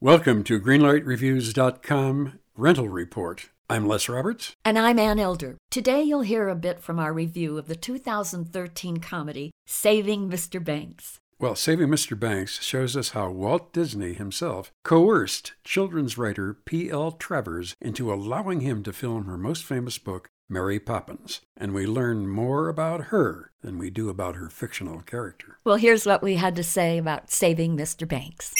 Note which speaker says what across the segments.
Speaker 1: Welcome to GreenlightReviews.com Rental Report. I'm Les Roberts.
Speaker 2: And I'm Ann Elder. Today you'll hear a bit from our review of the 2013 comedy Saving Mr. Banks.
Speaker 1: Well, Saving Mr. Banks shows us how Walt Disney himself coerced children's writer P.L. Travers into allowing him to film her most famous book, Mary Poppins, and we learn more about her than we do about her fictional character.
Speaker 2: Well, here's what we had to say about Saving Mr. Banks.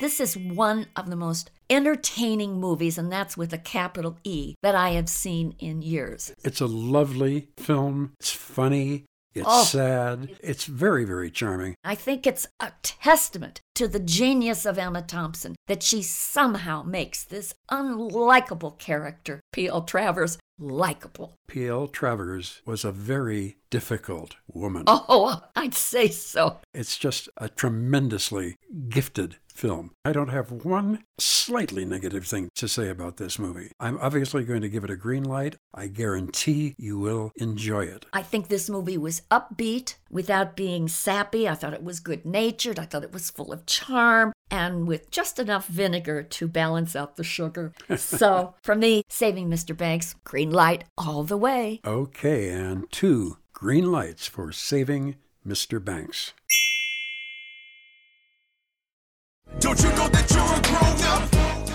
Speaker 2: This is one of the most entertaining movies, and that's with a capital E, that I have seen in years.
Speaker 1: It's a lovely film. It's funny. It's
Speaker 2: Oh.
Speaker 1: sad. It's very, very charming.
Speaker 2: I think it's a testament to the genius of Emma Thompson that she somehow makes this unlikable character, P.L. Travers, likable.
Speaker 1: P.L. Travers was a very difficult woman.
Speaker 2: Oh, I'd say so.
Speaker 1: It's just a tremendously gifted film. I don't have one slightly negative thing to say about this movie. I'm obviously going to give it a green light. I guarantee you will enjoy it.
Speaker 2: I think this movie was upbeat without being sappy. I thought it was good natured. I thought it was full of charm and with just enough vinegar to balance out the sugar. so, for me, saving Mr. Banks, green light all the way.
Speaker 1: Okay, and two green lights for saving Mr. Banks.
Speaker 3: Don't you know that you're a grown up?